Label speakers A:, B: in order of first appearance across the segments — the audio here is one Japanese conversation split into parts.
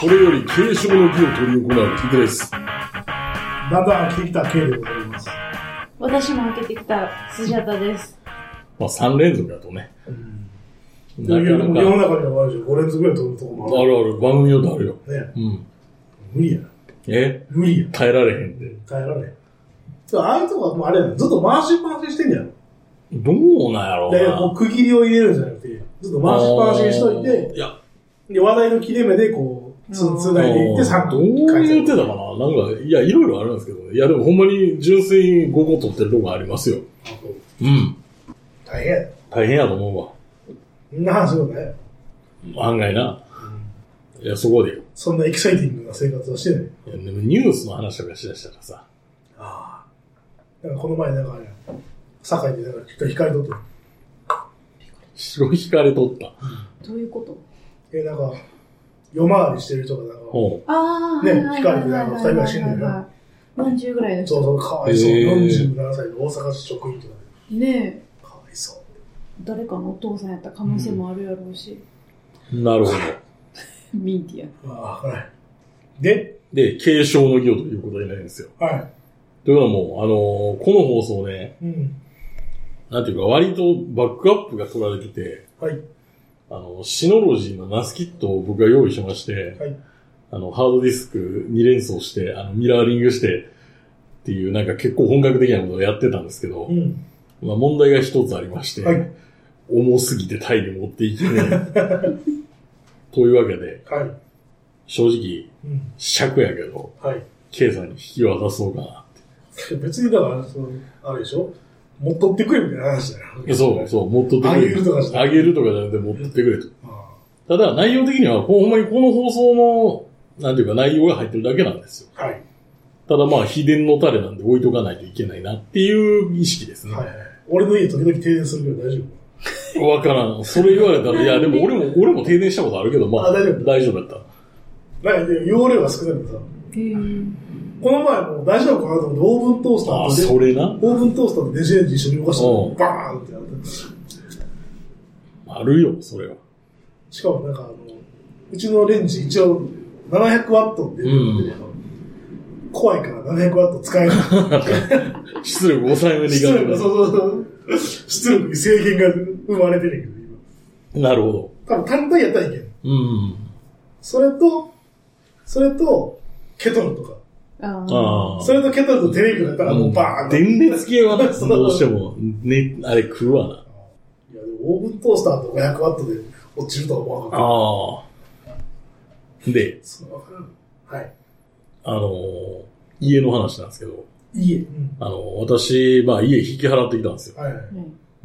A: これより継承の儀を取り行う菊です。
B: だんだん飽きてきた K でございます。
C: 私も受けてきたスジャタです。
A: まあ、3連続だとね。
B: いや
A: ない
B: や
A: か
B: で
A: な
B: も世の
A: か。
B: 中にはあるでしょ。5連続ぐらい取るとこ
A: あ
B: もあ
A: るある、番組用であるよ。
B: る。ね。
A: うん。
B: 無理やな。
A: え
B: 無理や。
A: 耐えられへんで。
B: 耐えられん。だからああいうとこはもうあれやな。ずっと回し回ししてんねやろ。
A: どうなんやろうな。
B: で、こう区切りを入れるんじゃなくて、ずっと回し回しにしといて、
A: いや、
B: で、話題の切れ目でこう、つ、つないでいって、さっと
A: どういう手
B: て
A: だかななんか、いや、いろいろあるんですけどね。いや、でもほんまに純粋に5個取ってるとこありますよ。うん。
B: 大変やな。
A: 大変やと思うわ。
B: そんな話よね。
A: 案外な。いや、そこでよ。
B: そんなエキサイティングな生活をしてない。
A: いやでもニュースの話とかしだしたらさ。
B: ああ。なんかこの前なんかあれや、堺でなんか光光とって
A: すごい惹かれとった。
C: どういうこと
B: え、なんか、夜回りしてる人がなんか、
A: ほう。
C: ああ、
B: ね
C: はいはいはい
B: 光でなんか二人が死んでる
C: はいはいはい40ぐらいの人。
B: そうそう、かわいそう。
A: へー
B: 47歳の大阪市職員とか
C: ねえ、
B: で、かわいそう。
C: 誰かのお父さんやった可能性もあるやろうし。
A: なるほど。
C: ミンティ
B: ああ、はい。で、
A: で、継承の儀をということになるんですよ。
B: は
A: というのも、あのーこの放送ね、
B: い。うん。
A: なんていうか割とバックアップが取られてて、
B: はい。
A: あの、シノロジーのナスキットを僕が用意しまして、
B: はい
A: あの、ハードディスク2連装して、あの、ミラーリングして、っていう、なんか結構本格的なことをやってたんですけど、
B: うん。
A: まあ問題が一つありまして、
B: はい
A: 重すぎてタイに持っていけ ない。というわけで、
B: はい。
A: 正直、
B: うん。
A: 尺やけど、
B: はい。
A: K さんに引き渡そうかな。
B: 別にだから、その、あれでしょ持っとってくれみたいな話だよ。
A: そう、そう、持っとって
B: あ
A: く
B: げ
A: れ
B: るとかじゃな
A: あ
B: い
A: げるとかじゃなくて持ってってくれと。
B: あ
A: ただ、内容的には、ほんまにこの放送の、なんていうか内容が入ってるだけなんですよ。
B: あはい。
A: ただまあ、秘伝のタレなんで置いとかないといけないなっていう意識ですね。
B: はい
A: わ、
B: はい。俺の家時々停電するけど大丈
A: からん。それ言われたら、いや、でも俺も、俺も停電したことあるけど、まあ、
B: あ大丈夫
A: 大丈夫だっ
B: 夫なんか、容量が少ないからさ、
C: ア。
B: この前もう大丈夫かなと思って、オーブントースタ
A: た。あ、
B: ーと
A: それな。
B: オーブントースターと電子レンジ一緒に動かした
A: うん
B: のバーンってなって。
A: あるよ、それは。
B: しかもなんかあの、うちのレンジ一応700ワットって言ってるけど、怖いから700ワット使えない。
A: 出力抑えめでい
B: 出
A: かない
B: 力、そうそうそう。出力に制限が生まれてるけど、今。
A: なるほど。
B: 多分単体やったらいけん。
A: うん。
B: それと、それと、ケトルとか。
C: ああ。
A: ああ。
B: それとケトルとテレビとかやったらもうバーンって。
A: 電熱系はな、
B: そう
A: どうしても、ね、あれ食うわな。
B: いや、でもオーブントースターと500ワットで落ちるとは思わなかった。
A: ああ。で、
B: それはわからん。はい。
A: あの、家の話なんですけど、
B: いいえ。うん。
A: あの、私、まあ家引き払ってきたんですよ。
B: はいはい。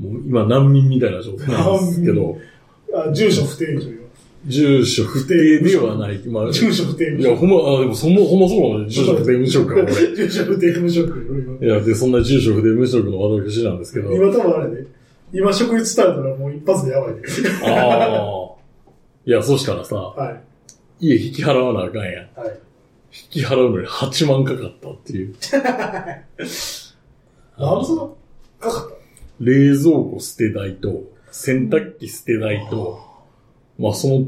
A: もう今難民みたいな状態なんですけど、
B: あ住所不定でしょ、
A: 住所不定ではない。まあ、
B: 今。
A: い
B: 住所不定
A: や、ほんま、あでもそんな、ほんまそうなの ね、住所不定無職か、俺。
B: 住所不定無職よ、今。
A: いや、で、そんな住所不定無職の私なんですけど、
B: 今多分あれね、今食事伝えたらもう一発でやばいね。
A: ああ。いや、そしたらさ、
B: はい。
A: 家引き払わなあかんやん。引
B: はい。
A: き払うのに8万かかったって いう。
B: なんでその、かかっ
A: 冷蔵庫捨て代と、洗濯機捨て代と、まあその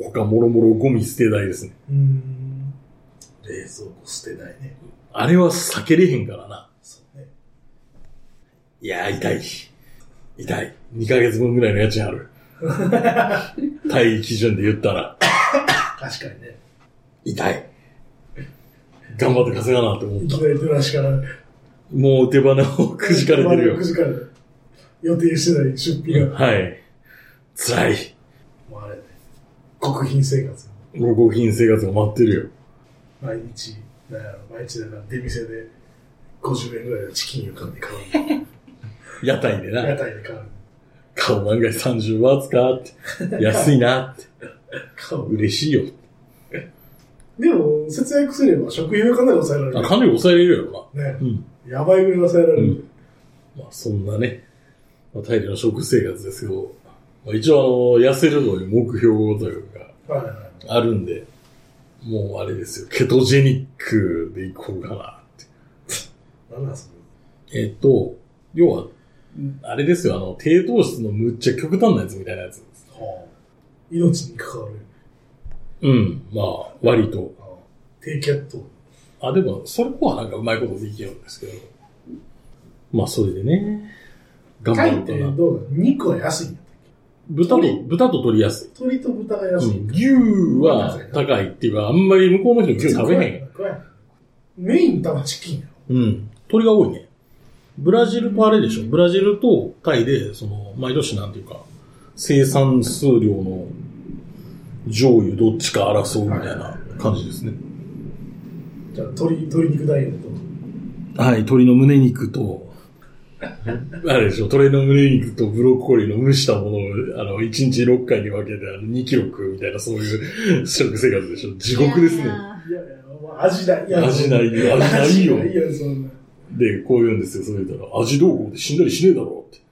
A: 他もろもろゴミ捨て代ですね。
B: うーん。冷蔵庫捨てないね。
A: あれは避けれへんからな。
B: そうね。
A: いやー、痛い。痛い。2ヶ月分ぐらいの家賃あ る。対基準で言ったら、
B: 確かにね。
A: 痛い。頑張って稼がなって思っ
B: い
A: た
B: き。なり出だしから。
A: もう手放をくじかれてるよ
B: く。じかれてる。予定してない出費が。
A: はい。辛い。
B: もうあれね。極貧生活。
A: もうご金生活が待ってるよ。
B: 毎日、なんやろ、毎日だから出店で50円ぐらいのチキンを買って買う。
A: 屋台で
B: 屋
A: な。
B: 台で買う。
A: 顔万が一30バーツかって。安いなって。
B: 買う。
A: 嬉しいよ。
B: でも、節約すれば食費はかなり抑えられ
A: あ、
B: る。
A: かなり抑えれるよ
B: ね。
A: な。うん。
B: やばいぐらい抑えられる。
A: まあ、そんなね、まあ、大理の食生活ですけど、まあ、一応あの、痩せるのに目標というか、
B: はいはいはい。
A: あるんで、もうあれですよ、ケトジェニックでいこうかな
B: なんなんそ
A: って。えっと、要は、あれですよ、あの、低糖質のむっちゃ極端なやつみたいなやつ。
B: れ。はあ、命に関わる。
A: うん、まあ、割と。
B: 低キャット。
A: あ、でも、それこはなんかうまいことできるんですけど。まあ、それでね。頑
B: タイ
A: 張
B: っ
A: ると
B: て
A: な。
B: どうなの肉は安いんや
A: 豚と、豚と取りやすい。
B: 鶏と豚が安
A: う
B: い。
A: ん、牛は高いっていうか、あんまり向こうの人牛食べへん。
B: 怖いな。メイン多分チキンや
A: うん。鳥が多いね。ブラジルとあれでしょ。ブラジルとタイで、その、毎年なんていうか、生産数量の上位どっちか争うみたいな感じですね。
B: ろ。じゃあ、鶏、鶏肉ダイエット。
A: はい、鶏の胸肉と、あれでしょ、鶏の胸肉とブロッコリーの蒸したものを、あの、1日6回に分けて、あの、2キロ食うみたいな、そういう食生活でしょ。地獄ですね
C: い。や
B: いやいや、まあ味ない。や
A: 味ないよ味ないよ
B: 味ないよ、そんな。
A: で、こう言うんですよ、それ言ったら、味どうこうで死んだりしねえだろうって。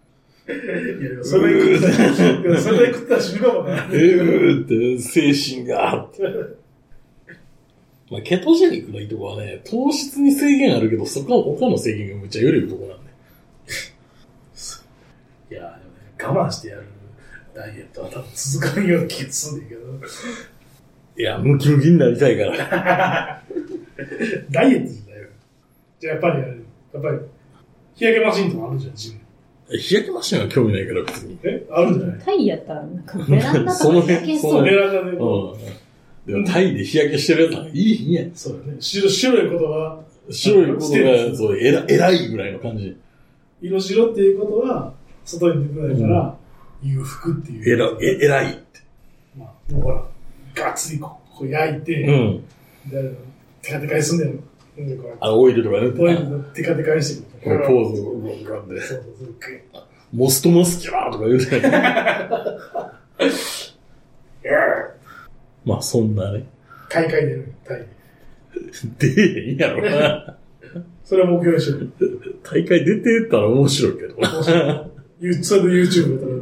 B: いやいや、それ食ったら、いやそれ食ったら死ぬかもな。
A: えーって、精神が、って。まあ、ケトジェニックのいいとこはね、糖質に制限あるけど、そこは他の制限がむっちゃ緩いとこなんで。
B: いや、でもね、我慢してやるダイエットは多分続かんような気がするんだけど。
A: いや、ムキムキになりたいから。
B: ダイエットじゃないよ。じゃあやっぱりあれ、やっぱり、日焼けマシンとかあるじゃん、ジム。
A: 日焼けマシンは興味ないから、別に。
B: えあるんじゃない
D: タイやったら、なんかベランダとか焼け
A: そ
D: そうう。
A: ね
B: 俺らがね、
A: うん。でも、タイで日焼けしてるやつはいい日や。
B: そうだね、白白いことが、
A: 白いことが、そう、えら、偉いぐらいの感じ。
B: 色白っていうことは、外に出てないから、裕福っていう。
A: えら、え、偉いって。
B: まあ、もうほら、ガッツリこうこう焼いて、
A: うん。
B: でテカテカにすんだよ。なんでこれ、
A: あの、オイルとか塗って
B: こうい
A: な。
B: うのテカテカにして
A: こ
B: くる。
A: のポーズを浮かんで。
B: そうそうそう、グッ
A: モストモスキュラーとか言うて ない。まあ、そんなね。
B: 大会でる、大会。
A: 出えへんやろな。
B: それは目標にし よう。
A: 大会出てたら面白いけどな。
B: ゆそれで YouTube だったら、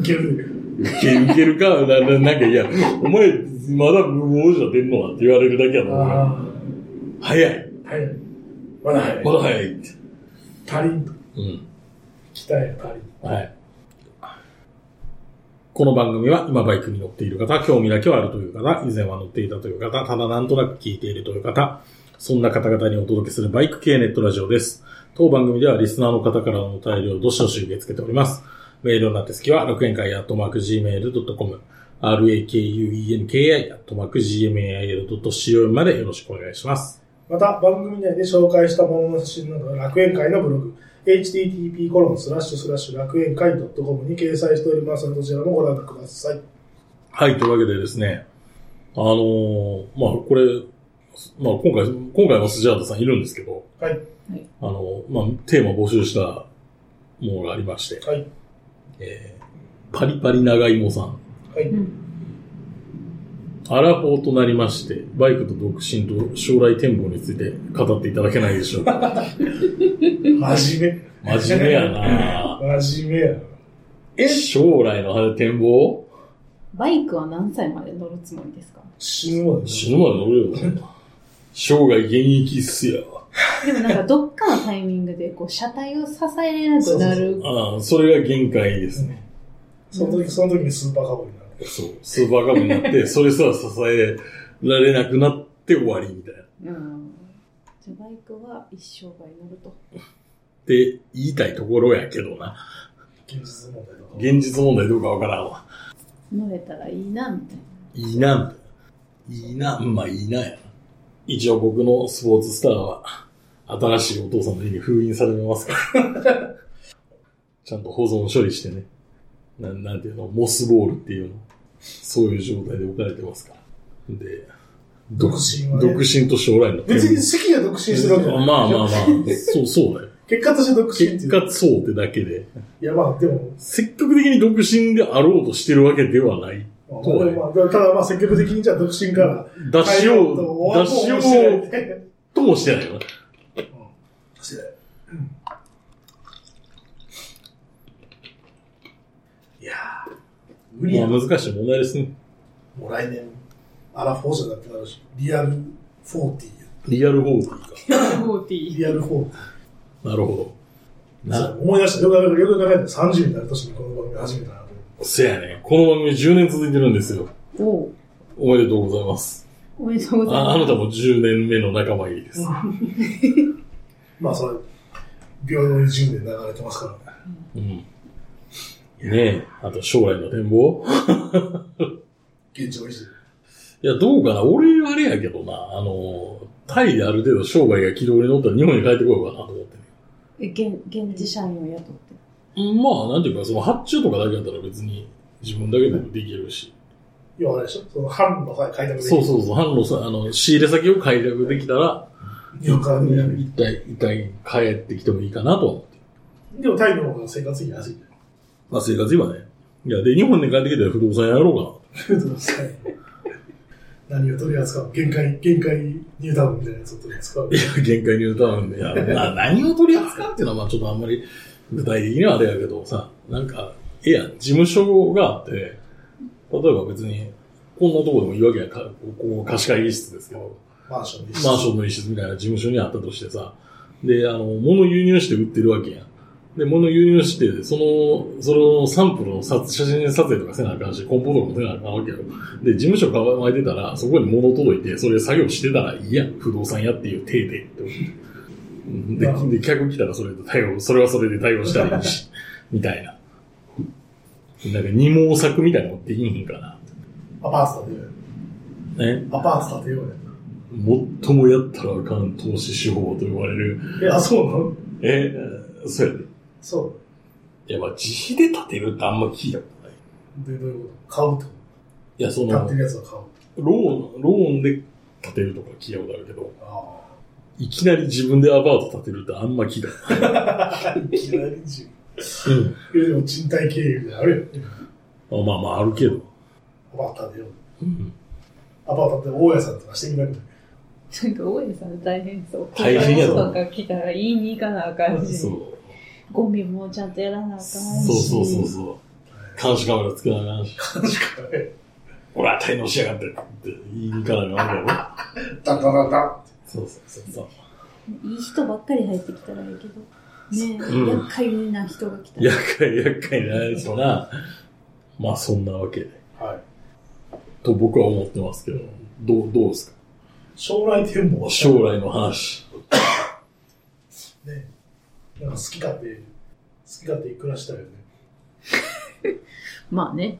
B: いける。
A: 受け、受けるか、な、ななんか、いや、お前、まだ無謀じゃ出んのなって言われるだけやと思う。
B: あ
A: 早い。
B: あ、はい。まだはい。
A: まだ早いって。
B: 足りんと。
A: うん。
B: 鍛え足りん。
A: はい。この番組は今バイクに乗っている方、興味だけはあるという方、以前は乗っていたという方、ただなんとなく聞いているという方、そんな方々にお届けするバイク系ネットラジオです。当番組ではリスナーの方からのお便りをどしどし受け付けております。メールの宛先は楽園会アットマーク Gmail.com、rakuenki アットマーク Gmail.co までよろしくお願いします。
B: また番組内で紹介したものの写真などは楽園会のブログ http コロンスラッシュスラッシュ楽園会 .com に掲載しておりますのでどちらもご覧ください
A: はい、というわけでですね、あのーまあ、これ、まあ、今回、今回もスジャータさんいるんですけど、
B: はい
A: あの、まあ、テーマ募集したものがありまして、
B: はい
A: えー、パリパリ長芋さん。
B: はい
C: うん
A: アラフォーとなりまして、バイクと独身と将来展望について語っていただけないでしょうか。
B: 真面
A: 真面目やな
B: 目真面目やな
A: え将来の展望
D: バイクは何歳まで乗るつもりですか
B: 死ぬまで
A: 死ぬまで乗るよ。生涯現役っすよ。
D: でもなんかどっかのタイミングでこう車体を支えれなくなる。
A: ああ、それが限界ですね。
B: その時その時にスーパーカウボーイになる
A: そう。スーパーカブにな って、それすら支えられなくなって終わりみたいな。っ
D: うん。じゃあバイクは一生涯乗ると。
A: て言いたいところやけどな。
B: 現実問題とか
A: 現実問題どうかわからんわ。
D: 乗れたらいいな、みたいな。
A: いいな、みたいな。いいな、うんまあいいなやな。一応僕のスポーツスターは、新しいお父さんの家に封印されてますから。 ちゃんと保存処理してね。なん、なんていうの、モスボールっていうの。そういう状態で置かれてますから。で、
B: 独身はね
A: 独身と将来の
B: 別に席が独身してるわけじゃ
A: ま
B: な
A: あ
B: い
A: まあまあ。そう、そうだよ。
B: 結果として独身っ てい
A: 結
B: う。
A: 果そうってだけで、
B: いやまあでも、
A: 積極的に独身であろうとしてるわけではない。
B: まあでもまあ、ただまあ積極的にじゃあ独身から
A: 出しよう、
B: 出
A: 出
B: し
A: し
B: よ
A: よ
B: う
A: うともしてないよね。
B: いやー無理や
A: まあ難しい問題ですね。
B: もう来年、アラフォーじゃなくなるし、リアル40や。
A: リアルホールデ ィーか。
B: リアル40。
A: なるほど。
B: そう
A: な、
B: 思い出した。よく考えて、よく考えて、30になる年にこの番組始めたなと思って。
A: せやね。この番組10年続いてるんですよ。
D: おう
A: おめでとうございます。
D: おめでとうござい
A: ああ
D: ま
A: なたも10年目の仲間入りです。
B: まあ、それ、平等に10年流れてますからね。
A: うん。ねえ、あと将来の展望
B: 現状維持。
A: いや、どうかな俺、あれやけどな、あの、タイである程度商売が軌道に乗ったら日本に帰ってこようかなと思って
C: え、現、現地社員を雇って。
A: る。まあ、なんていうか、その発注とかだけだったら別に自分だけでもできるし。
B: 要はあれでしょその、販路さえ開拓できる。
A: そうそうそう、販路さ、あの、仕入れ先を開拓できたら、
B: 日本から南に
A: 一体、一体帰ってきてもいいかなとは思ってる。
B: でも、タイの方が生活費安い。
A: まあ、生活今ね。いや、で、日本に帰ってきたら不動産やろうかな。
B: 何を取り扱う限界、限界ニュータウンみたいなやつを取り扱う
A: い。や、限界に歌うんで、いや、な何を取り扱うっていうのは、まあちょっとあんまり具体的にはあれやけどさ、なんか、ええやん、事務所があって、例えば別に、こんなとこでもいいわけやか、ここ貸し会議室ですけど、
B: マンションに
A: マンションの一室みたいな事務所にあったとしてさ、で、あの、物輸入して売ってるわけやん。で、物輸入して、その、そのサンプルの撮写真撮影とかせなあかんし、梱包とかもせなあかんわけよ。で、事務所構えてたら、そこに物届いて、それ作業してたらいいやん、不動産屋っていう体でって思って
B: なるほど
A: で、で、客来たらそれで対応、それはそれで対応したらいいし、みたいな。なんか二毛作みたいなのできんかな。
B: アパート建てよ
A: ね。
B: うよ。アパート建てよう
A: 最もやったらあかん投資手法と言われる
B: よ。え、あ、そうなの
A: えー、そうやで。
B: そ
A: いや、まあ、自費で建てるってあんま聞いたことない。
B: う。で、どういうこと買う
A: いや、そ
B: と。買っ
A: の
B: て、るやつは買う。
A: ローン、ローンで建てるとか聞いたことあるけど、
B: あ
A: いきなり自分でアパート建てるってあんま聞いたこ
B: あ。いきなり自
A: とない。
B: 由。いや、でも賃貸経営みたいなのあるよね。
A: うん。あまあまあ、あるけど。
B: アパート建てよう。
A: うん。
B: アパート建て大家さんとかしてみたくない。
D: す。なんか、大家さん大変そう。
A: 大変や
D: と
A: な
D: か来たら言いに行かなあかんし。
A: そう。
C: ゴミもちゃんとやらなあかんし。
A: そうそうそうそう。監視カメラつけなあかんし、
B: 確かに。
A: 俺は滞納しやがってって言いに行かなあかんけど。
B: ダンダンダンダン。
A: そうそうそうそう。
C: いい人ばっかり入ってきたらいいけど。ねえ、
A: うん
C: 厄介な人が来たら。
A: 厄介、厄介なやつだな。まあ、そんなわけで。
B: はい。
A: と僕は思ってますけど、どう、どうですか
B: 将来展望は
A: 将来の話。
B: ね。なんか好き勝手、好き勝手暮らしたいよね。
D: まあね。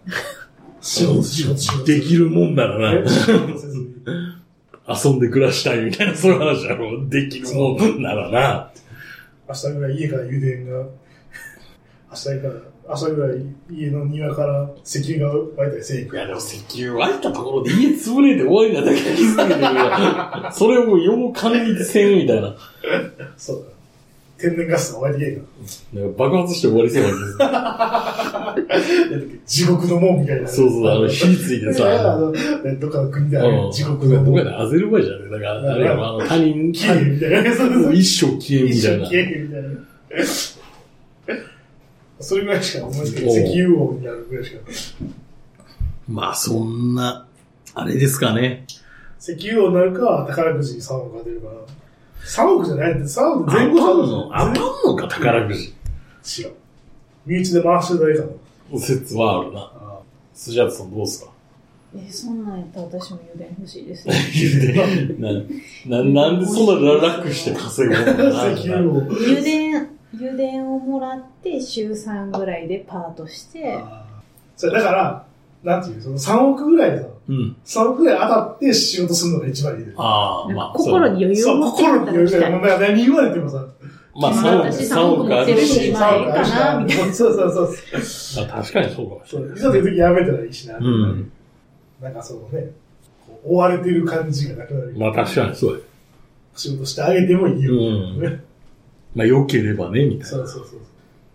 B: 仕事、仕事、仕事。
A: できるもんなら
B: ね
A: な、
B: 仕事せずに
A: 遊んで暮らしたいみたいな、そういう話だろ。できるもんならな。
B: 明日ぐらい家から油田が、明日ぐらい、明日ぐらい家の庭から石油が湧いたりせえへん
A: い
B: か
A: や、でも石油湧いたところで家潰れて終わりなだけ気づけてるから、それをよう管理せんみたいな。
B: そうだ。天然ガスが湧いてけえか
A: なんか爆発して終わりそうな
B: ら。なんだっけ地獄の門みたいな。
A: 気そうそう、あの、火
B: い
A: ついて
B: て
A: さ。
B: さ。あのねどっかの国であ
A: うん
B: る地獄の
A: どこや
B: 門。
A: ったアゼルバイジャンで、だから、あれやろあの、他人、
B: 消えへんみたいな。そうそう
A: もう一生消えんみ
B: 一
A: た
B: 緒
A: い
B: に
A: な。
B: 消えへんみたいな。それぐらいしか思いつかない。石油王になるぐらいしか。
A: まあ、そんな、あれですかね。
B: 石油王になるか、宝くじに3億当てるかな。3億じゃないって、3億前後
A: 当たん
B: じ
A: の
B: ゃない
A: 当たんのか、宝くじ。
B: 知らん。身内で回してるだけかも。
A: 説はあるな。
B: あ
A: スジャートさんどうすか
C: え、そんなんやったら私も油田欲しいですね。
A: な、な、なんでそんな楽して稼ぐもんだ
B: あ石油
A: な。
B: 王。
D: 油田、油田をもらって、週3ぐらいでパートして、
B: それだから、なんていう、その3億ぐらいさ、
A: うん。
B: 3億ぐらい当たって仕事するのが一番いいね。
A: ああ、
D: なん
A: ま
D: か
A: あ、
D: 心に余裕
B: そ
D: を
B: う、
D: 持って
B: 心に余裕が
D: 働きた
B: ない。
D: い。
B: まあ何言われてもさ、
A: まあ、
B: まあ
A: 3億、
B: 私
A: 3億あ
D: 三億持って
A: る
D: る
A: し
D: し。
A: ま
D: ま
A: あ
D: あええかなみたい
B: な。そうそうそうそう。
A: 確かにそうかもし
B: そ
A: れ
B: う
A: ない
B: ざという時やめたらいいしな。
A: い。うん。
B: なんかそのね、こう追われてる感じがなくなる。
A: まあ、確かにそうや。
B: 仕事してあげてもいいよ。
A: うん
B: ね
A: まあ、良ければね、みたい
B: そ
A: な。
B: うそうそう。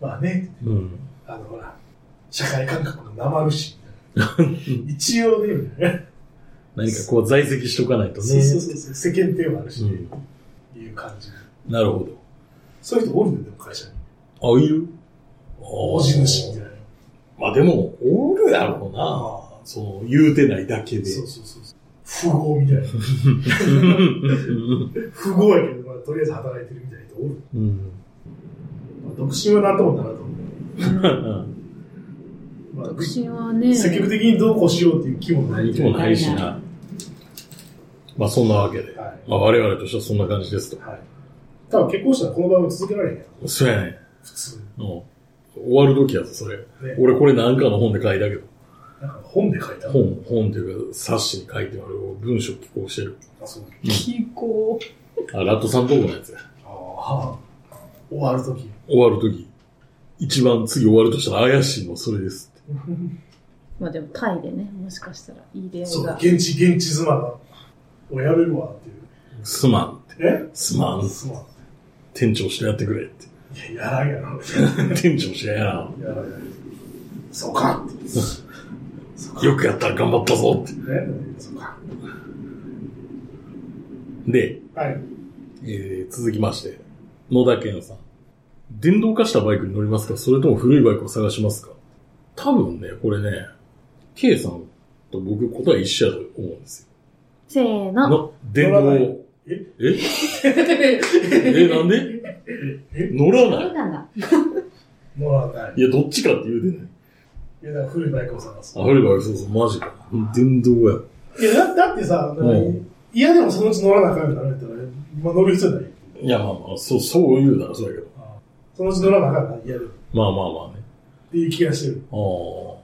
B: まあね、
A: うん。
B: あのほら、社会感覚もなまるし、 一応ね、みたいなね。
A: 何かこう、在籍しとかないと
B: そう
A: ね。
B: そうそうそう。世間体もあるし、
A: うん。
B: いう感じ。
A: なるほ
B: そういう人おるんだよ、でも会社に。
A: ど。あ、いる
B: お地主みたいな。
A: まあ、でも、おるやろうな。そう、言うてないだけで。
B: そうそうそうそう。富豪みたいな。富豪やけど、まあ、とりあえず働いてるみたいな人おる。
A: うん。
B: まあ、独身はなんともならんと思う。
A: うん
B: まあ、
D: 独身はね、
B: 積極的にどうこうしようっていう気もない
A: 何。もないしな。まあそんなわけで。
B: はい。
A: まあ我々としてはそんな感じですと。
B: はい。多分結婚したらこの番組続けられへんやん
A: そうやね。
B: 普通。
A: うん。終わる時やぞ、それ。
B: ね
A: 俺これなんかの本で書いたけど。
B: なんか本で書いた。
A: 本、本っていうか、冊子に書いてある文章寄稿してる。
B: あ、そう。
D: 気候。
A: あ、ラットさんとこのやつや。
B: ああ。終わるとき。
A: 終わる時。一番次終わるとしたら怪しいの、それですって。
D: まあでもタイでね、もしかしたらいい出会
B: そ、
D: いうが。
B: 現地、現地妻が、もうやめるわっていう。
A: すまんって。
B: え
A: すまん。
B: 妻。
A: 店長してやってくれって。
B: いや、やらんやろ。
A: 店長してやらん。
B: やらんやろ。そうかって。そうか。
A: よくやったら頑張ったぞっ
B: ね。そうか。
A: て。で、
B: はい。
A: えー、続きまして、野田健さん。電動化したバイクに乗りますかそれとも古いバイクを探しますか多分ね、これね、K さんと僕答え一緒やと思うんです
D: せー
A: よ。
D: の。
A: の、電
B: 乗らない
A: 動。
B: え
A: ええ、なんで乗ら
D: 映
A: ない
D: 画だ。
B: もらわない。
A: いや、どっちかって言うてない。
B: いや、だから古いバイクを探す
A: あ。古いバイク、そうそう、マジか。電動や。
B: いや、だだってさ、
A: うん
B: 嫌でもそのうち乗らなあかんようになるんやったら、今乗る必要ない。
A: いや、まあまあ、そう、そう言うならそうやけど。
B: そのうち乗らなあかんな、嫌でも。
A: まあまあまあね。
B: っていう気がしてる。
A: ああ。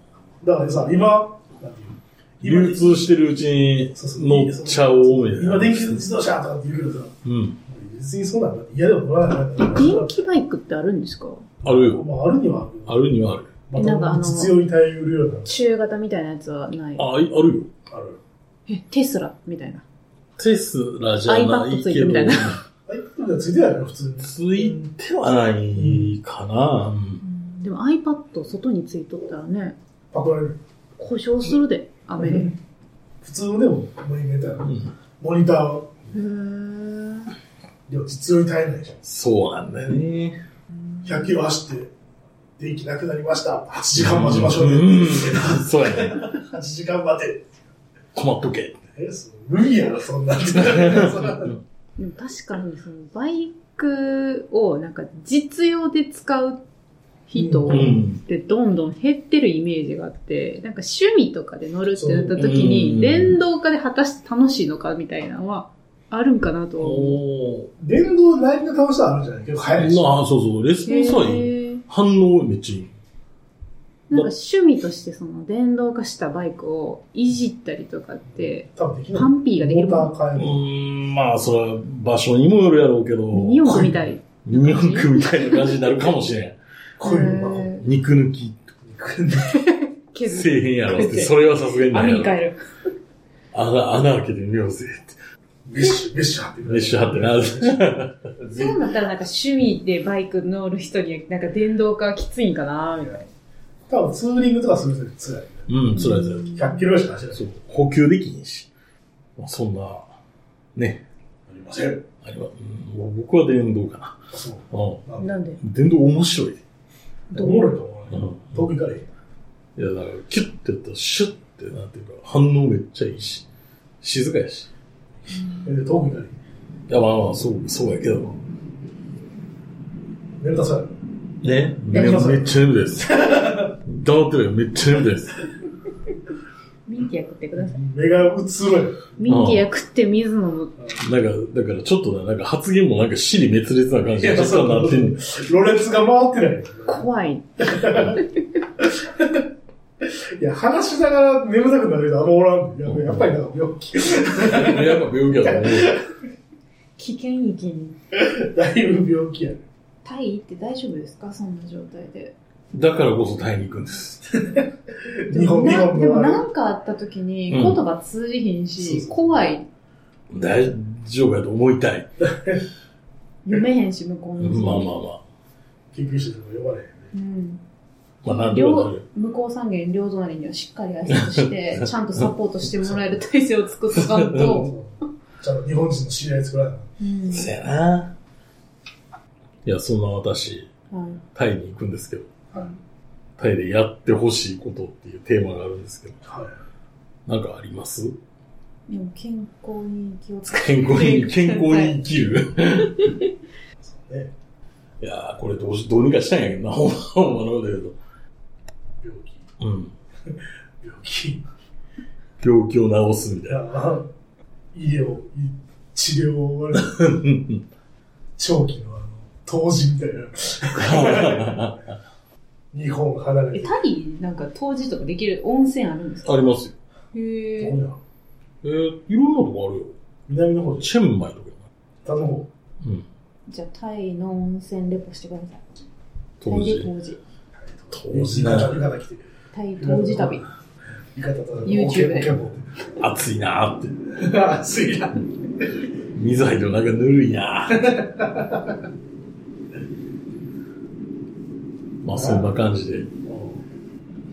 B: だからさ、今、なんていう今
A: 流通してるうちに
B: そうそう
A: 乗っちゃおうみたいな。
B: 今電気自動車とかって言うけどさ、
A: うん。
B: 別にそうなんだって嫌でも乗らなあかんから。
D: 電気バイクってあるんですか
A: あるよ。
B: まあ、あるにはあ
A: あるにはある。
B: る。
D: なんかあの
B: 実用に耐えうるよう
D: 中型みたいなやつはない。
A: あ、いあるよ。
B: な。ある。
D: え、テスラみたいな。
A: テスラじゃないけ
D: iPad ついて
A: ど
D: るみたいな、
B: あ、いくつついてないの普通に。
A: ついてはないかな。うん
D: でも iPad 外についとったらね、
B: パクられる。
D: 故障するで、雨で。へ
B: 普通のでも、モニター。モニターを、
D: ー。
B: でも実用に耐えないじゃん。
A: そうなんだよね。
B: 100キロ走って、電気なくなりました。8時間待ちましょうね。
A: ん。そうやね。
B: 8時間待て。
A: 困っとけ。
B: え、そ無理やろ、そんなん。
D: でも確かにそのバイクをなんか実用で使う人
B: う
A: うん。
D: ってどんどん減ってるイメージがあって、なんか趣味とかで乗るってなった時
A: そうう
D: に、
A: ん
D: 電動化で果たして楽しいのかみたいなのはあるんかなとは思う。
A: お
B: 電動ラインが楽しさあるんじゃないけど、早いし。
A: まあ、そうそう。レスポンスはいい。
D: へー
A: 反応めっちゃいい。
D: なんか趣味としてその電動化したバイクをいじったりとかって、
B: 多分できない。
D: パンピーができる
B: モ
D: も
B: ー
D: ん。
B: ター
A: う
B: 変える。
A: ん、まあ、それは場所にもよるやろうけど。
D: ミニ四駆みたい。
A: ニンクみたいな感じになるかもしれん。
B: 声
D: へ
B: の中に
D: ー
A: 肉抜き。せ
D: 削る。
A: えへんや ろって、それはさすがにない
D: 網
A: や
D: に
A: ろ。
D: 変える。
A: 穴、穴開けてみようぜって。
B: メッシュ、メッシュ貼ってくれ
A: メッシュ貼ってな。
D: そうなったらなんか趣味でバイク乗る人になんか電動化きついんかなみたいな。
B: 多分ツーリングとかする人つらい。
A: うん、それはそれは
B: 100キロしか走らない。
A: そう、補給できひんし。まあ、そんな、ね。
B: ありません。
A: あれは、うん、僕は電動かな。
B: そう。
A: うん。
B: なん
D: なんで
A: 電動面白い。
B: おもろいと思う
A: う
B: ね。
A: ん。
B: 遠く行かれへん。
A: いや、だから、キュッてやったら、シュッてなんていうか、反応めっちゃいいし。静かやし。
B: えで、遠く行かれへ
A: い
B: ん。
A: や、まあまあ、そう、そうやけど。
B: 眠たそう
A: ね。
B: や
A: め
B: めなさい
A: めっちゃ眠いです。 黙ってるよ、めっちゃ眠いです。
D: ミンティア食ってくだ
B: や
D: さい。
B: 目がうつろい。
D: ミンティア食って水飲む。
A: なんか、だからちょっとね、なんか発言もなんか死に滅裂な感じ
B: い
A: で、
B: や
A: ちょっとなってんねん
B: ろれつが回ってな
D: 怖い。
B: い。いや、話しながら眠たくなるけど、あのおらん。いややっぱりなんか病気。
A: やっぱ病気やと思う。
D: 危険域に。
B: だいぶ病気やね。
C: タイ行って大丈夫ですかそんな状態で。
A: だからこそタイに行くんです。
B: 日本、日
D: な
B: 本
D: でも
B: 病
D: な
B: は。
D: んかあった時に
A: うん
D: 言葉通じひんし、
B: そうそう
D: 怖い。
A: 大丈夫やと思いたい。
D: 読めへんし、向こうの人。
A: まあまあま
B: 救急車でも呼ばれへんね。
D: うん。
A: あ。まあなんとかな
D: 両
A: る。
D: 向こう三元両隣にはしっかり挨 拶して、ちゃんとサポートしてもらえる体制を作っとかんと。
B: ちゃんと日本人の知り合い作らない。
D: うん。
A: そやな。いや、そんな私、
D: はい
A: タイに行くんですけど、
B: はい
A: タイでやってほしいことっていうテーマがあるんですけど、
B: はい。
A: なんかあります
C: でも健康に気をつけ
A: 健康に、健康に生きる。
B: ね
A: いやー、これどうし、どうにかしたんやけどな、ほんまほんまなんだけど。
B: 病気。
A: うん。
B: 病気
A: 病気を治すみたいな。
B: や、医療、い治療を終わる、 長期のあの、当時みたいな、日本離れ
D: え、
B: て。
D: タイなんか当時とかできる温泉あるんですか
A: ありますよ。
D: へ
B: ど
D: え
B: う。や
A: えー、いろんなとこあるよ。
B: 南の方でしょ
A: チェンマイとか
B: 北の方。
A: うん。
C: じゃあ、タイの温泉レポしてください。タ
A: 当
C: イで
A: 時。
C: 当時。
A: 当時
B: 言い
A: な
B: 方、言い方来てる。
C: タイ当時旅。
B: 言い方ただの、
D: YouTube で
B: ケボ
A: 暑いなーって。
B: ケボ。あ、すいな。
A: 水入るのなんかぬるいな ーまあそんな感じで。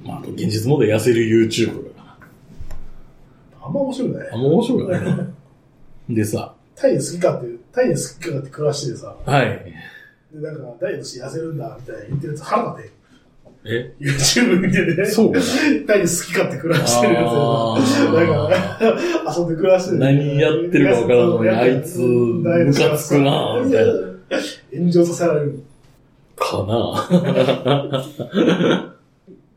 A: まああと現実問題痩せる YouTube が。
B: あんま面白くな
A: あ
B: い。
A: んま面白くないな。でさ、
B: タイで好きかって、タイで好きかって暮らしててさ、
A: はい。
B: で、なんか、ダイエットして痩せるんだ、みたいな言ってるやつ腹立て。
A: え
B: YouTube 見てね。
A: そうかな
B: タイで好きかって暮らしてるやつ
A: あー
B: なんか、遊んで暮らしてる。
A: 何やってるかわからんのにあいつムカつくなみたいな
B: 炎上させられる。
A: かな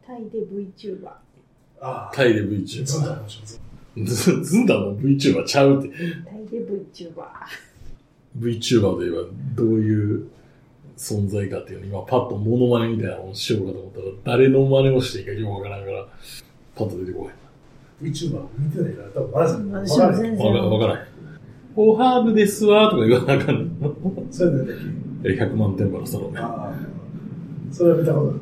C: タイで VTuber。
B: ああ。
A: タイで
B: ずん
A: VTuber。
B: だもん、ずんだ
A: ずずんだの VTuber ちゃうって。
C: タイで VTuber。
A: VTuber といえばどういう存在かっていうの今パッとモノマネみたいなのをしようかと思ったら誰の真似をしていいかよくわからんからパッと出てこない。
B: VTuber 見てないから、多分まず、
C: 私も全
A: わからん、わ
C: 然。
A: からん。おハーブですわーとか言わなあかんの。
B: それなんだっけ
A: え100万点からスタローね。
B: ああ。それは見たことある。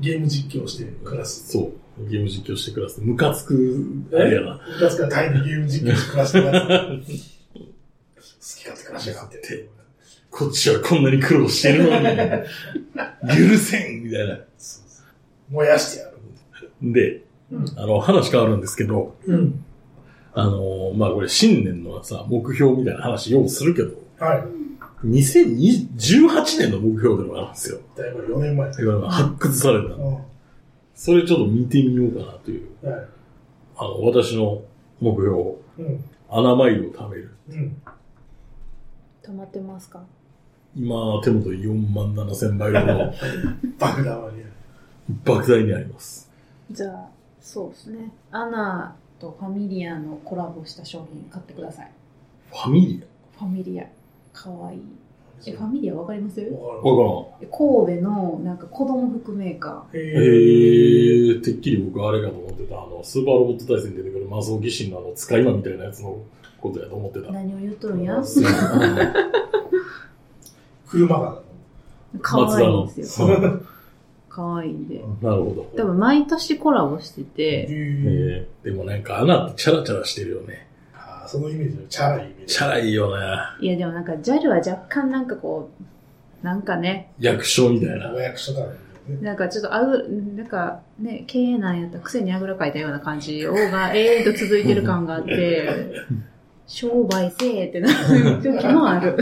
B: ゲーム実況して暮らす。
A: そう。ゲーム実況してください。ムカつく、あれやな。
B: だからタイでゲーム実況して暮らしてるや つ好き勝手暮らしやがって。
A: こっちはこんなに苦労してるの に。許せんみたいな。
B: そうそう燃やしてやる。
A: で、
B: うん
A: あの、話変わるんですけど、
B: うん。
A: あの、まあ、これ新年のさ、目標みたいな話ようするけど、
B: はい。
A: 2018年の目標でもあるんですよ。
B: だいぶ4年前。
A: いわゆる発掘された
B: う。ん。は
A: それちょっと見てみようかなという、
B: い。
A: あの、私の目標、
B: うん。
A: アナマイルを貯める。
B: うん。
C: 溜まってますか
A: 今、手元に4万7千倍の
B: 爆弾はね。
A: 莫大にあります。
C: じゃあ、そうですね。アナとファミリアのコラボした商品買ってください。
A: ファミリ
C: ファミリア。かわいい。え、ファミリアわかります
A: ア
B: わか
A: わか
C: 神戸のなんか子供服メーカ
B: る
A: らん。
B: へ
A: へえ、てっきり僕あれかと思ってた、あの、スーパーロボット対戦に出てくるマゾギシンのあの、使い魔みたいなやつのことやと思って
C: ー。
A: た。
C: 何を言っとるんや
B: そう車が。
D: かわいいん
A: 松
D: です
A: 田
D: よ。
A: の。うん
D: かわいいんで。
A: なるほ
D: 多
A: ど。
D: 分毎年コラボしてて、
B: へえ。
A: えー、でもなんか、アナってチャラチャラしてるよね。
B: ああ、そのイメージのチャラいイメージ。
A: チャラいよね。
D: いやでもなんか JAL は若干なんかこう、なんかね、
A: 役所みたいな。
B: お役所だね。
D: なんかちょっとあぐ、なんかね、経営難やったくせにあぐらかいたような感じを が永遠と続いてる感があって、商売せえってなる時もある。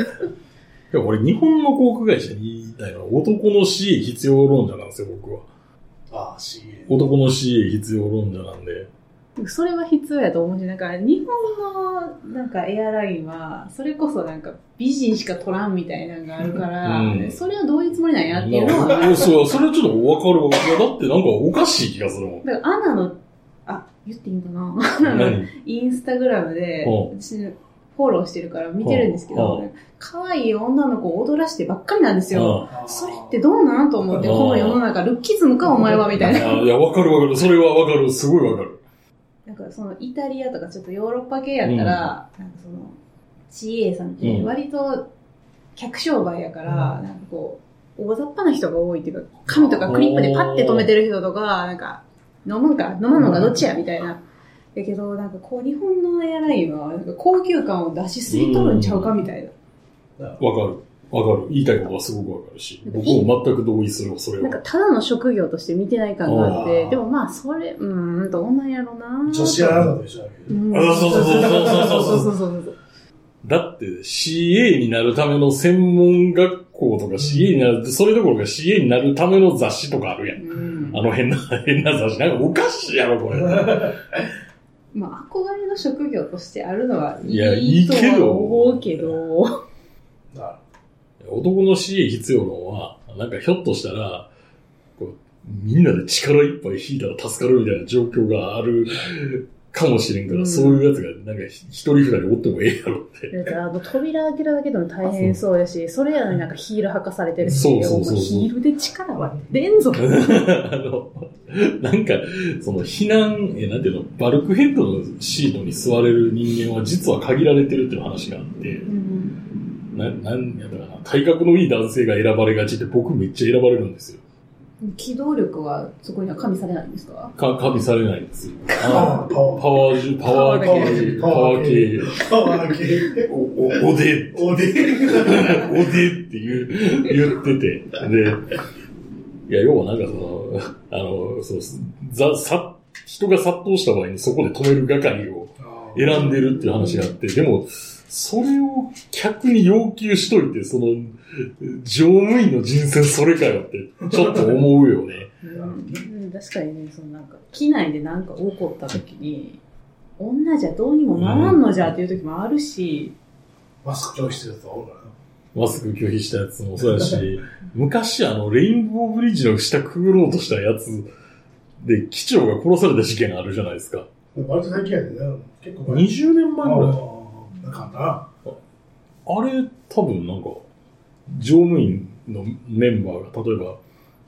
A: いや、俺、日本の航空会社に言いたいのは、男の CA 必要論者なんですよ、僕は。
B: ああ、CA。
A: 男の CA 必要論者なんで。
D: それは必要やと思うし、なんか日本のなんかエアラインは、それこそなんか美人しか取らんみたいなのがあるから、
A: うん
D: それはどういうつもりなんやっていうのは、
A: まあそう、それはちょっとわかるわ。いや、だってなんかおかしい気がするもん。
D: だからアナの、あ、言っていいんかなアナ の
A: 何
D: インスタグラムで、
A: ほ
D: 私フォローしてるから見てるんですけ
A: ほ
D: ど、可愛い女の子を踊らしてばっかりなんですよ。
A: あ
D: それってどうなんと思って、
A: うん
D: この世の中、ルッキズムかお前はみたいな。
A: あいや、わかるわかる。それはわかる。すごいわかる。
D: なんかそのイタリアとかちょっとヨーロッパ系やったら、なんかその、CA さんって割と客商売やから、なんかこう、大雑把な人が多いっていうか、髪とかクリップでパッて止めてる人とか、なんか、飲むんか、飲まんのかどっちやみたいな。やけど、なんかこう、日本のエアラインは、なんか高級感を出しすぎとるんちゃうかみたいな。
A: わかる。わかる。言いたいことはすごくわかるし。僕も全く同意するわ、それ
D: なんか
A: は。
D: ただの職業として見てない感があっ
B: あ
D: て、
B: ー
D: でもまあ、それ、うーん、どうなんやろな
B: 女子アナウンサーと一緒だけ
D: う
B: ど。
D: ん
A: あそうそうそうそうそう
D: そうそうそう。
A: だって CA になるための専門学校とか CA になる、それどころか CA になるための雑誌とかあるやん。
D: うん
A: あの変な、 変な雑誌。なんかおかしいやろ、これ。
D: まあ、憧れの職業としてあるのはい
A: いやい
D: い
A: い
D: と
A: けど
D: は思うけど、
B: な
A: 男の CA 必要論は、なんかひょっとしたら、こうみんなで力いっぱい引いたら助かるみたいな状況があるかもしれんから、
C: うん
A: そういうやつが、なんか、一人二人おってもええやろ って。
C: だってあの扉開けるだけでも大変そうやし、それやのになんかヒール履かされてるし、
A: そうそうそう
C: お前ヒールで力は出んぞ。
A: あの、なんか、その避難、え、なんていうの、バルクヘッドのシートに座れる人間は実は限られてるっていう話があって、
C: うん
A: な、なんやったかな、体格のいい男性が選ばれがちで僕めっちゃ選ばれるんですよ。
D: 機動力はそこには加味されないんですか
A: か、加味されないん ですよ。
B: パワー、パ
A: パ
B: ワー。
A: ワージュ、パワー系、パ
B: パ
A: ワ
B: ワー系
A: ー系、
B: パワー系。
A: お、お、おで、
B: おで
A: おでって言う、言ってて。で、いや、要はなんかその、あの、そうです。ざ、さ、人が殺到した場合にそこで止める係を選んでるっていう話があって、でも、それを客に要求しといて、その、乗務員の人選それかよって、ちょっと思うよね。
C: うん確かにね、そのなんか、
D: 機内で何か起こった時に、女じゃどうにもならんのじゃっていう時もあるし、
B: マスク拒否してると思うからな。
A: マスク拒否したやつもそうやし、昔あの、レインボーブリッジの下くぐろうとしたやつで、機長が殺された事件あるじゃないですか。
B: でも割と最近やねんな。結構前。
A: 20年前ぐらい。
B: ああ、なんかあったな。
A: あれ、多分なんか、乗務員のメンバーが、例えば、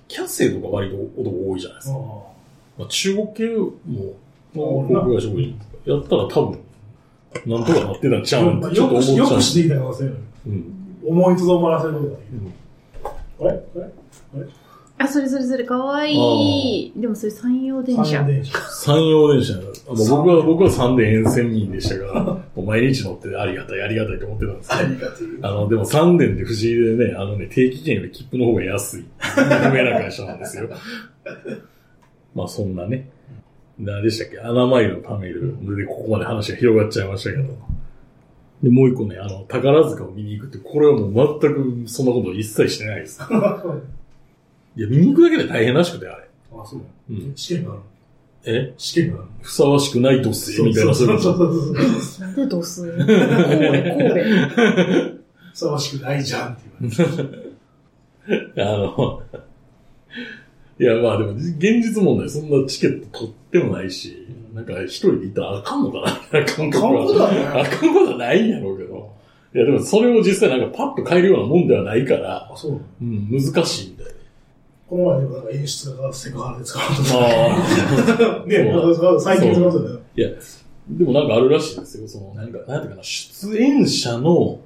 A: キャッセイとか割と男多いじゃないですか。まあ、中国系も、
B: お
A: 航
B: るな
A: 空会社多い。やったら多分、なんとかなってたんちゃうん
B: まあ
A: ちょ
B: よ
A: っと思
B: く
A: っ
B: し
A: ち
B: よ
A: ゃう
B: く。してきた可能性ある。
A: うん。
B: 思いとどまらせることができる。これこれ
C: あ、それそれそれ、かわいい。でもそれ山陽電車
B: 三。電車。
A: 山陽電車。あの僕は、僕は3で沿線民でしたが、 もう毎日乗ってありがたい、ありがたいと思ってたんです
B: あ
A: ね。
B: りがとう。
A: あの、でも3年で不思議でね、あのね、定期券より切符の方が安い。有名な会社なんですよ。 まあそんなね。何でしたっけアナマイルのためる。で、ここまで話が広がっちゃいましたけど。で、もう一個ね、あの、宝塚を見に行くって、これはもう全くそんなこと一切してないです。いや、見に行くだけで大変らしくて、あれ。
B: あ、そうだ。
A: うん。
B: 試験がある。
A: え
B: 試験がある。
A: ふさわしくないドスみたいな、そういうこと
B: そうそうそうそう。
C: なんでドス 神戸、神戸。
B: ふさわしくないじゃんって言わ
A: あの、いや、まあでも、現実問題、そんなチケット取ってもないし、なんか一人で行ったらあかんのかなみたいな感
B: れて。
A: 覚
B: 顔
A: は。
B: だね。
A: あかんことはないんやろうけど。いや、でもそれを実際なんかパッと変えるようなもんではないから、
B: あ、そうなの
A: うん、難しいんだよね。
B: この前でもなんか演出がセクハラで使われたとか。
A: まあ、
B: ねえ、なんか最近使われたよね。
A: でもなんかあるらしいですよ。その、なんか、なんていうかな、出演者の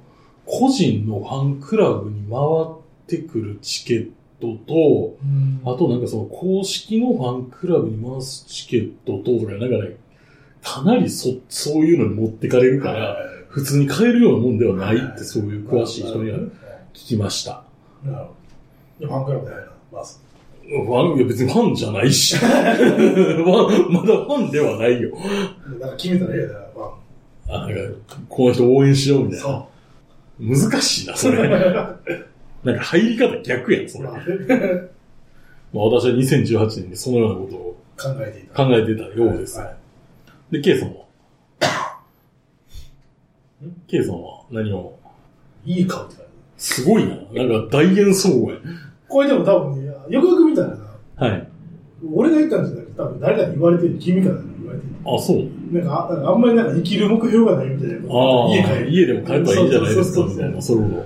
A: 個人のファンクラブに回ってくるチケットと、
B: うん
A: あとなんかその公式のファンクラブに回すチケット等とか、なんかね、かなりそ、そういうのに持ってかれるから、普通に買えるようなもんではないって、そういう詳しい人には
B: な
A: 聞
B: る
A: きました。
B: ほどなるほど。いやファンクラブじゃないな。まず。
A: ファン、いや別にファンじゃないし。 ファンまだファンではないよ。
B: なんか決めたらええやな、ファン。
A: あ、なんか、この人応援しようみたいな。
B: そ。
A: 難しいな、そ れ。なんか入り方逆やん、そうれ。まあ
B: まあね
A: 私は2018年にそのようなことを
B: 考えていた。
A: 考えてたようです。
B: はい
A: で、ケイさんは ケイさんは何を
B: いい顔って感じ。
A: すごいな。なんか大演奏や。
B: これでも多分ね、よくよく見たらな、
A: はい。
B: 俺が言ったんじゃなくて、多分誰かに言われてる、君から言われてる。
A: あ、そう。
B: なんか、なんかあんまりなんか生きる目標がないみたいな。
A: ああ。
B: 家帰る。
A: 家でも帰ったらいいじゃないですか、
B: そうそうそうそう
A: みたいな。そういうこ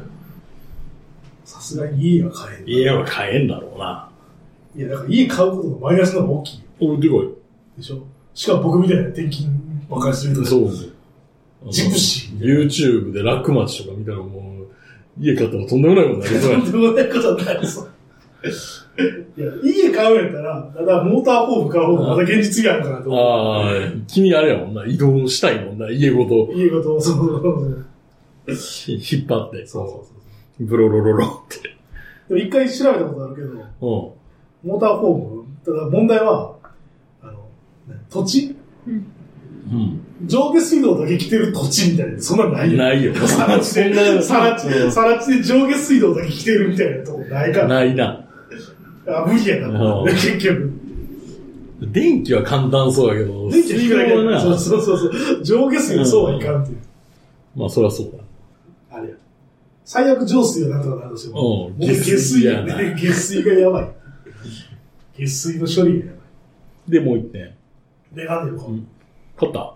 B: さすがに家は買え
A: と。
B: る。
A: 家は買えんだろうな。
B: いや、だから家買うことのマイナスの方が大きい
A: お、でか
B: でしょしかも僕みたいな転勤ばっかりすると
A: い。そう。あの
B: ジプシー。
A: YouTube で楽町とか見たらもう、家買ったらとんでもないことになりそう
B: と
A: や
B: んでもないことになりそう。いや、家買うんやったら、だからモーターホーム買う方がまた現実味あるかなと思う。
A: ああ、君あれやもんな。移動したいもんな。家ごと
B: 家ごと、そうそうそう。
A: 引っ張って。
B: そうそうそ
A: ブロロロロって。
B: う。でも一回調べたことあるけど、
A: うん。
B: モーターホーム、ただ問題は、あの、ね土地
A: うん。
B: 上下水道だけ来てる土地みたいな、そんなんないよ。
A: ないよ。
B: さら地
A: そんな
B: で、さら地で、さら地で上下水道だけ来てるみたいなとこないから。
A: ないな。
B: あ、無理やな、
A: うん
B: 結局。
A: 電気は簡単そうだけど、
B: 電気引くだけ
A: 水道は
B: や
A: な
B: そうそうそうそう。上下水道そうはいかんっていう。
A: まあそりゃそうだ。
B: あれや。最悪上水はなんとかなるとしても。
A: うん
B: 僕下
A: 下水
B: 水
A: や
B: や
A: な
B: ね。下水がやばい。下水の処理がやばい。
A: で、もう一点。
B: メガネを買う。
A: うん買った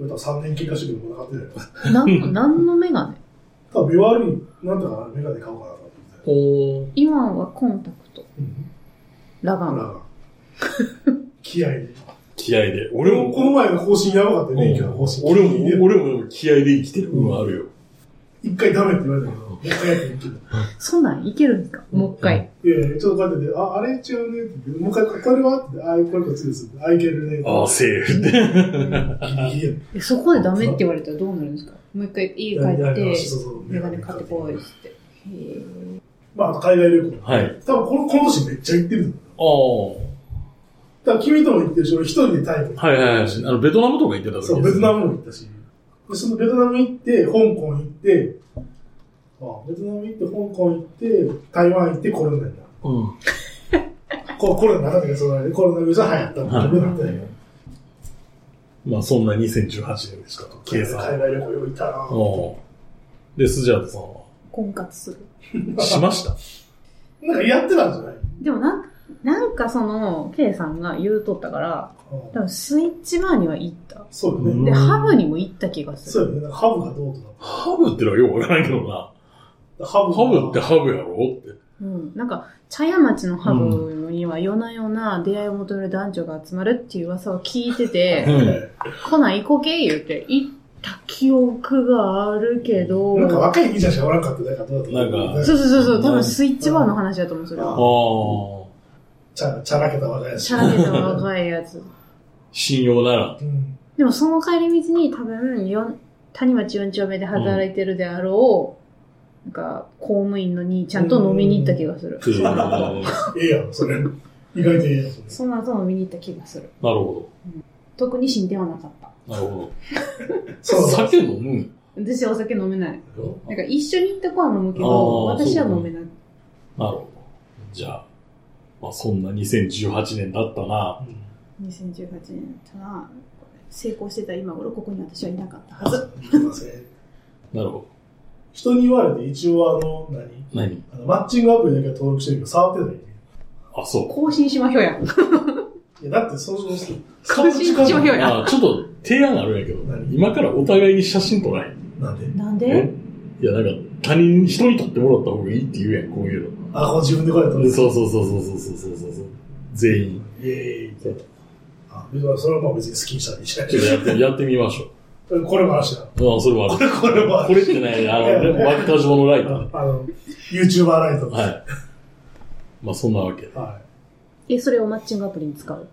B: 俺多分3年経過してるけどまだ買ってない。
D: なん、なんのメガネ
B: 多分目悪い。なんとかメガネ買おうかなと思
A: お
B: って。
A: ー。
D: 今はコンタクト。
B: うん。
D: ラガ
B: ほ
D: ン。
B: ら。気合で。
A: 気合で。
B: 俺もこの前の方針やばかったよね、免許の方針。
A: 俺も、俺もでも気合で生きてる分はあるよ。
B: 一回ダメって言われたけど、もう一回やってみて。
D: そんなんいけるんですかもう 一回。
B: いやいや、ちょっとこうやってて、あ、あれ違うねって言って、もう一回、これはって言って、あ、これこれ次です。あ、いけるねって。
A: ああ、セーフって。
B: ギリギリ
D: えそこでダメって言われたらどうなるんですかもう一回家帰
B: やん。
D: っ
B: やり直
D: て
B: し、そうそう
D: メガネ買ってこいっつって。へえ。
B: まあ、あと海外旅行。
A: はい。ああ。
B: 多分この、この年めっちゃ行ってると思う。だから君とも行ってるし、俺一人でタイも行ってるし
A: はいはいはい。あの、ベトナムとか行ってた時
B: そう、ベトナムも行ったし。でそのベトナム行って、香港行って、あベトナム行って、香港行って、台湾行って、コロナになる。
A: うん。
B: こコロナになったけど、そのコロナウイルスは流行った
A: はい
B: んだけど、ね、
A: まあ、そんな2018年でしたと。計
B: 海外
A: 算。
B: 旅行よいたな
A: おおー。で、スジャートさん
D: 婚活する。
A: は。しました。
B: なんかやってたんじゃない
D: でもなんか、なんかその、K さんが言うとったから、多
B: あ
D: 分スイッチバーには行った。
B: そうよね。
D: で、
A: うん
D: ハブにも行った気がす
B: そう
D: る。
B: よね。なんかハブがどうとか。
A: ハブってのはよくわからんけどな。
B: ハブが
A: ハブってハブやろって。
D: うん。なんか、茶屋町のハブには夜な夜な出会いを求める男女が集まるっていう噂を聞いてて、
A: ん。
D: 来ない行こけ言って、行った記憶があるけど、
B: なんか若い兄ちゃんしかおらんかっただからどうだった
A: なんか
D: そうそうそうそう、多分スイッチバーの話だと思う、それ
A: あ
D: は。
A: あ。
B: ちゃちゃらけた若いやつ
D: しゃ。らけた若いやつ。
A: 信用ならん。
B: うん。
D: でもその帰り道に多分、よん谷町4丁目で働いてるであろう、なんか、公務員の兄ちゃんと飲みに行った気がする。
A: う ーんなる
B: ええやん、それ。意外とええやん、それ。
D: その後飲みに行った気がする。
A: ほ
D: 特に進展はなかった。
A: ど。なるほ
B: そ
A: ど。
B: うだ。
A: 酒飲むん
D: 私はお酒飲めない。
A: よ。
D: なんか一緒に行った子は飲むけ
A: あ
D: ど、
A: ー
D: 私は飲めな
A: な
D: い。
A: るほど。じゃあ、まあ、そんな2018年だったな。
B: うん
D: 2018年ただ、成功してた今頃ここに私はいなかったはず。
B: すいません
A: なるほど。
B: 人に言われて一応あの、何
A: 何
B: あのマッチングアプリだけは登録してるけど、触ってない。
A: あ、そう。
D: 更新しましょうやん。
B: いや、だって、その、
D: 更新しましょうや
A: あ、ちょっと提案あるんやけど、
B: 何
A: 今からお互いに写真撮らへん。
B: なんで。
D: なんで
A: えいや、なんか、他人に、人に撮ってもらった方がいいって言うやん、こういう
B: あ、こう自分でこうやって
A: の。
B: る。
A: そうそうそうそうそうそうそうそう。全員。
B: イエーイって。あ、別にそれはまあ別に好きにしたらいいじゃ
A: ちょっとやって、やってみましょ
B: ない。これも話だ。
A: う。あ、それもある。
B: これもあ
A: これってね、あの、でも輪っか状のライト。は
B: あの、YouTuber ライト。
A: い。まあ、そんなわけで。
B: はい。
D: え、それをマッチングアプリに使う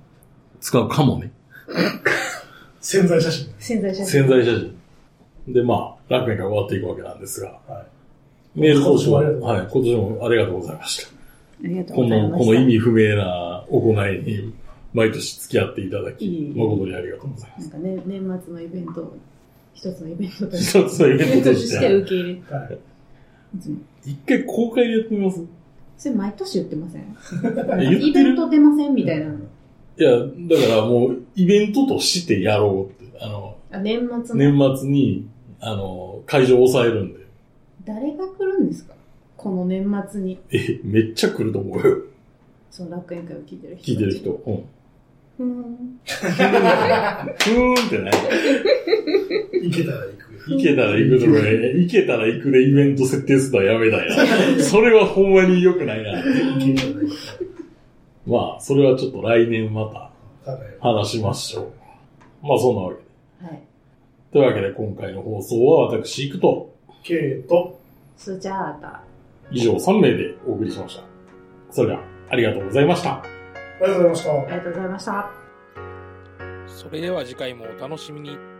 A: 使うかもね。
B: 潜在写真。
D: 潜在写真。
A: 潜在写真。で、まあ、楽園から終わっていくわけなんですが、
B: はい。
A: メール講師も、
B: 今年もあ
A: はい、今年もありがとうございました。
D: ありがとう
A: こ
D: ござい
A: の、
D: ま
A: こ
D: し
A: の
D: た。
A: 意味不明な行いに、毎年付き合っていただき、
D: いい
A: 誠にありがとうございま
D: なんかね、年末のイベント、一つのイベントと
A: す。
D: して、
A: 一つのイ
D: イ
A: ベ
D: ベ
A: ン
D: ン
A: ト
D: ト
A: と
D: と
A: し
D: してて、受け入れ。
B: はい。
D: いつも
A: 一回公開でやってみます
D: それ毎年言ってません
A: 言ってる
D: イベント出ませんみたいな。
A: いや、だからもう、イベントとしてやろうって、あの、
D: あ年末の。
A: 年末に、あの、会場を抑えるんで、
D: 誰が来るんですかこの年末に。
A: え、めっちゃ来ると思うよ。
D: その楽園会を聞いてる人。
A: 聞いてる人。。うん。
D: うーん。
A: ふーんってね、
B: いけたら行く。
A: 行けたら行くとかね、行けたら行くでイベント設定するのはやめたいな。それはほんまに良くないな。
B: いけたら行く。
A: まあ、それはちょっと来年また
B: ただよ。
A: 話しましょう。まあそんなわけで。
D: はい。
A: というわけで今回の放送は私行くと
B: K と、
D: スジャータ。
A: 以上3名でお送りしました。それではありがとうございました。
B: ありがとうございました
D: あ。りがとうございました。
E: それでは次回もお楽しみに。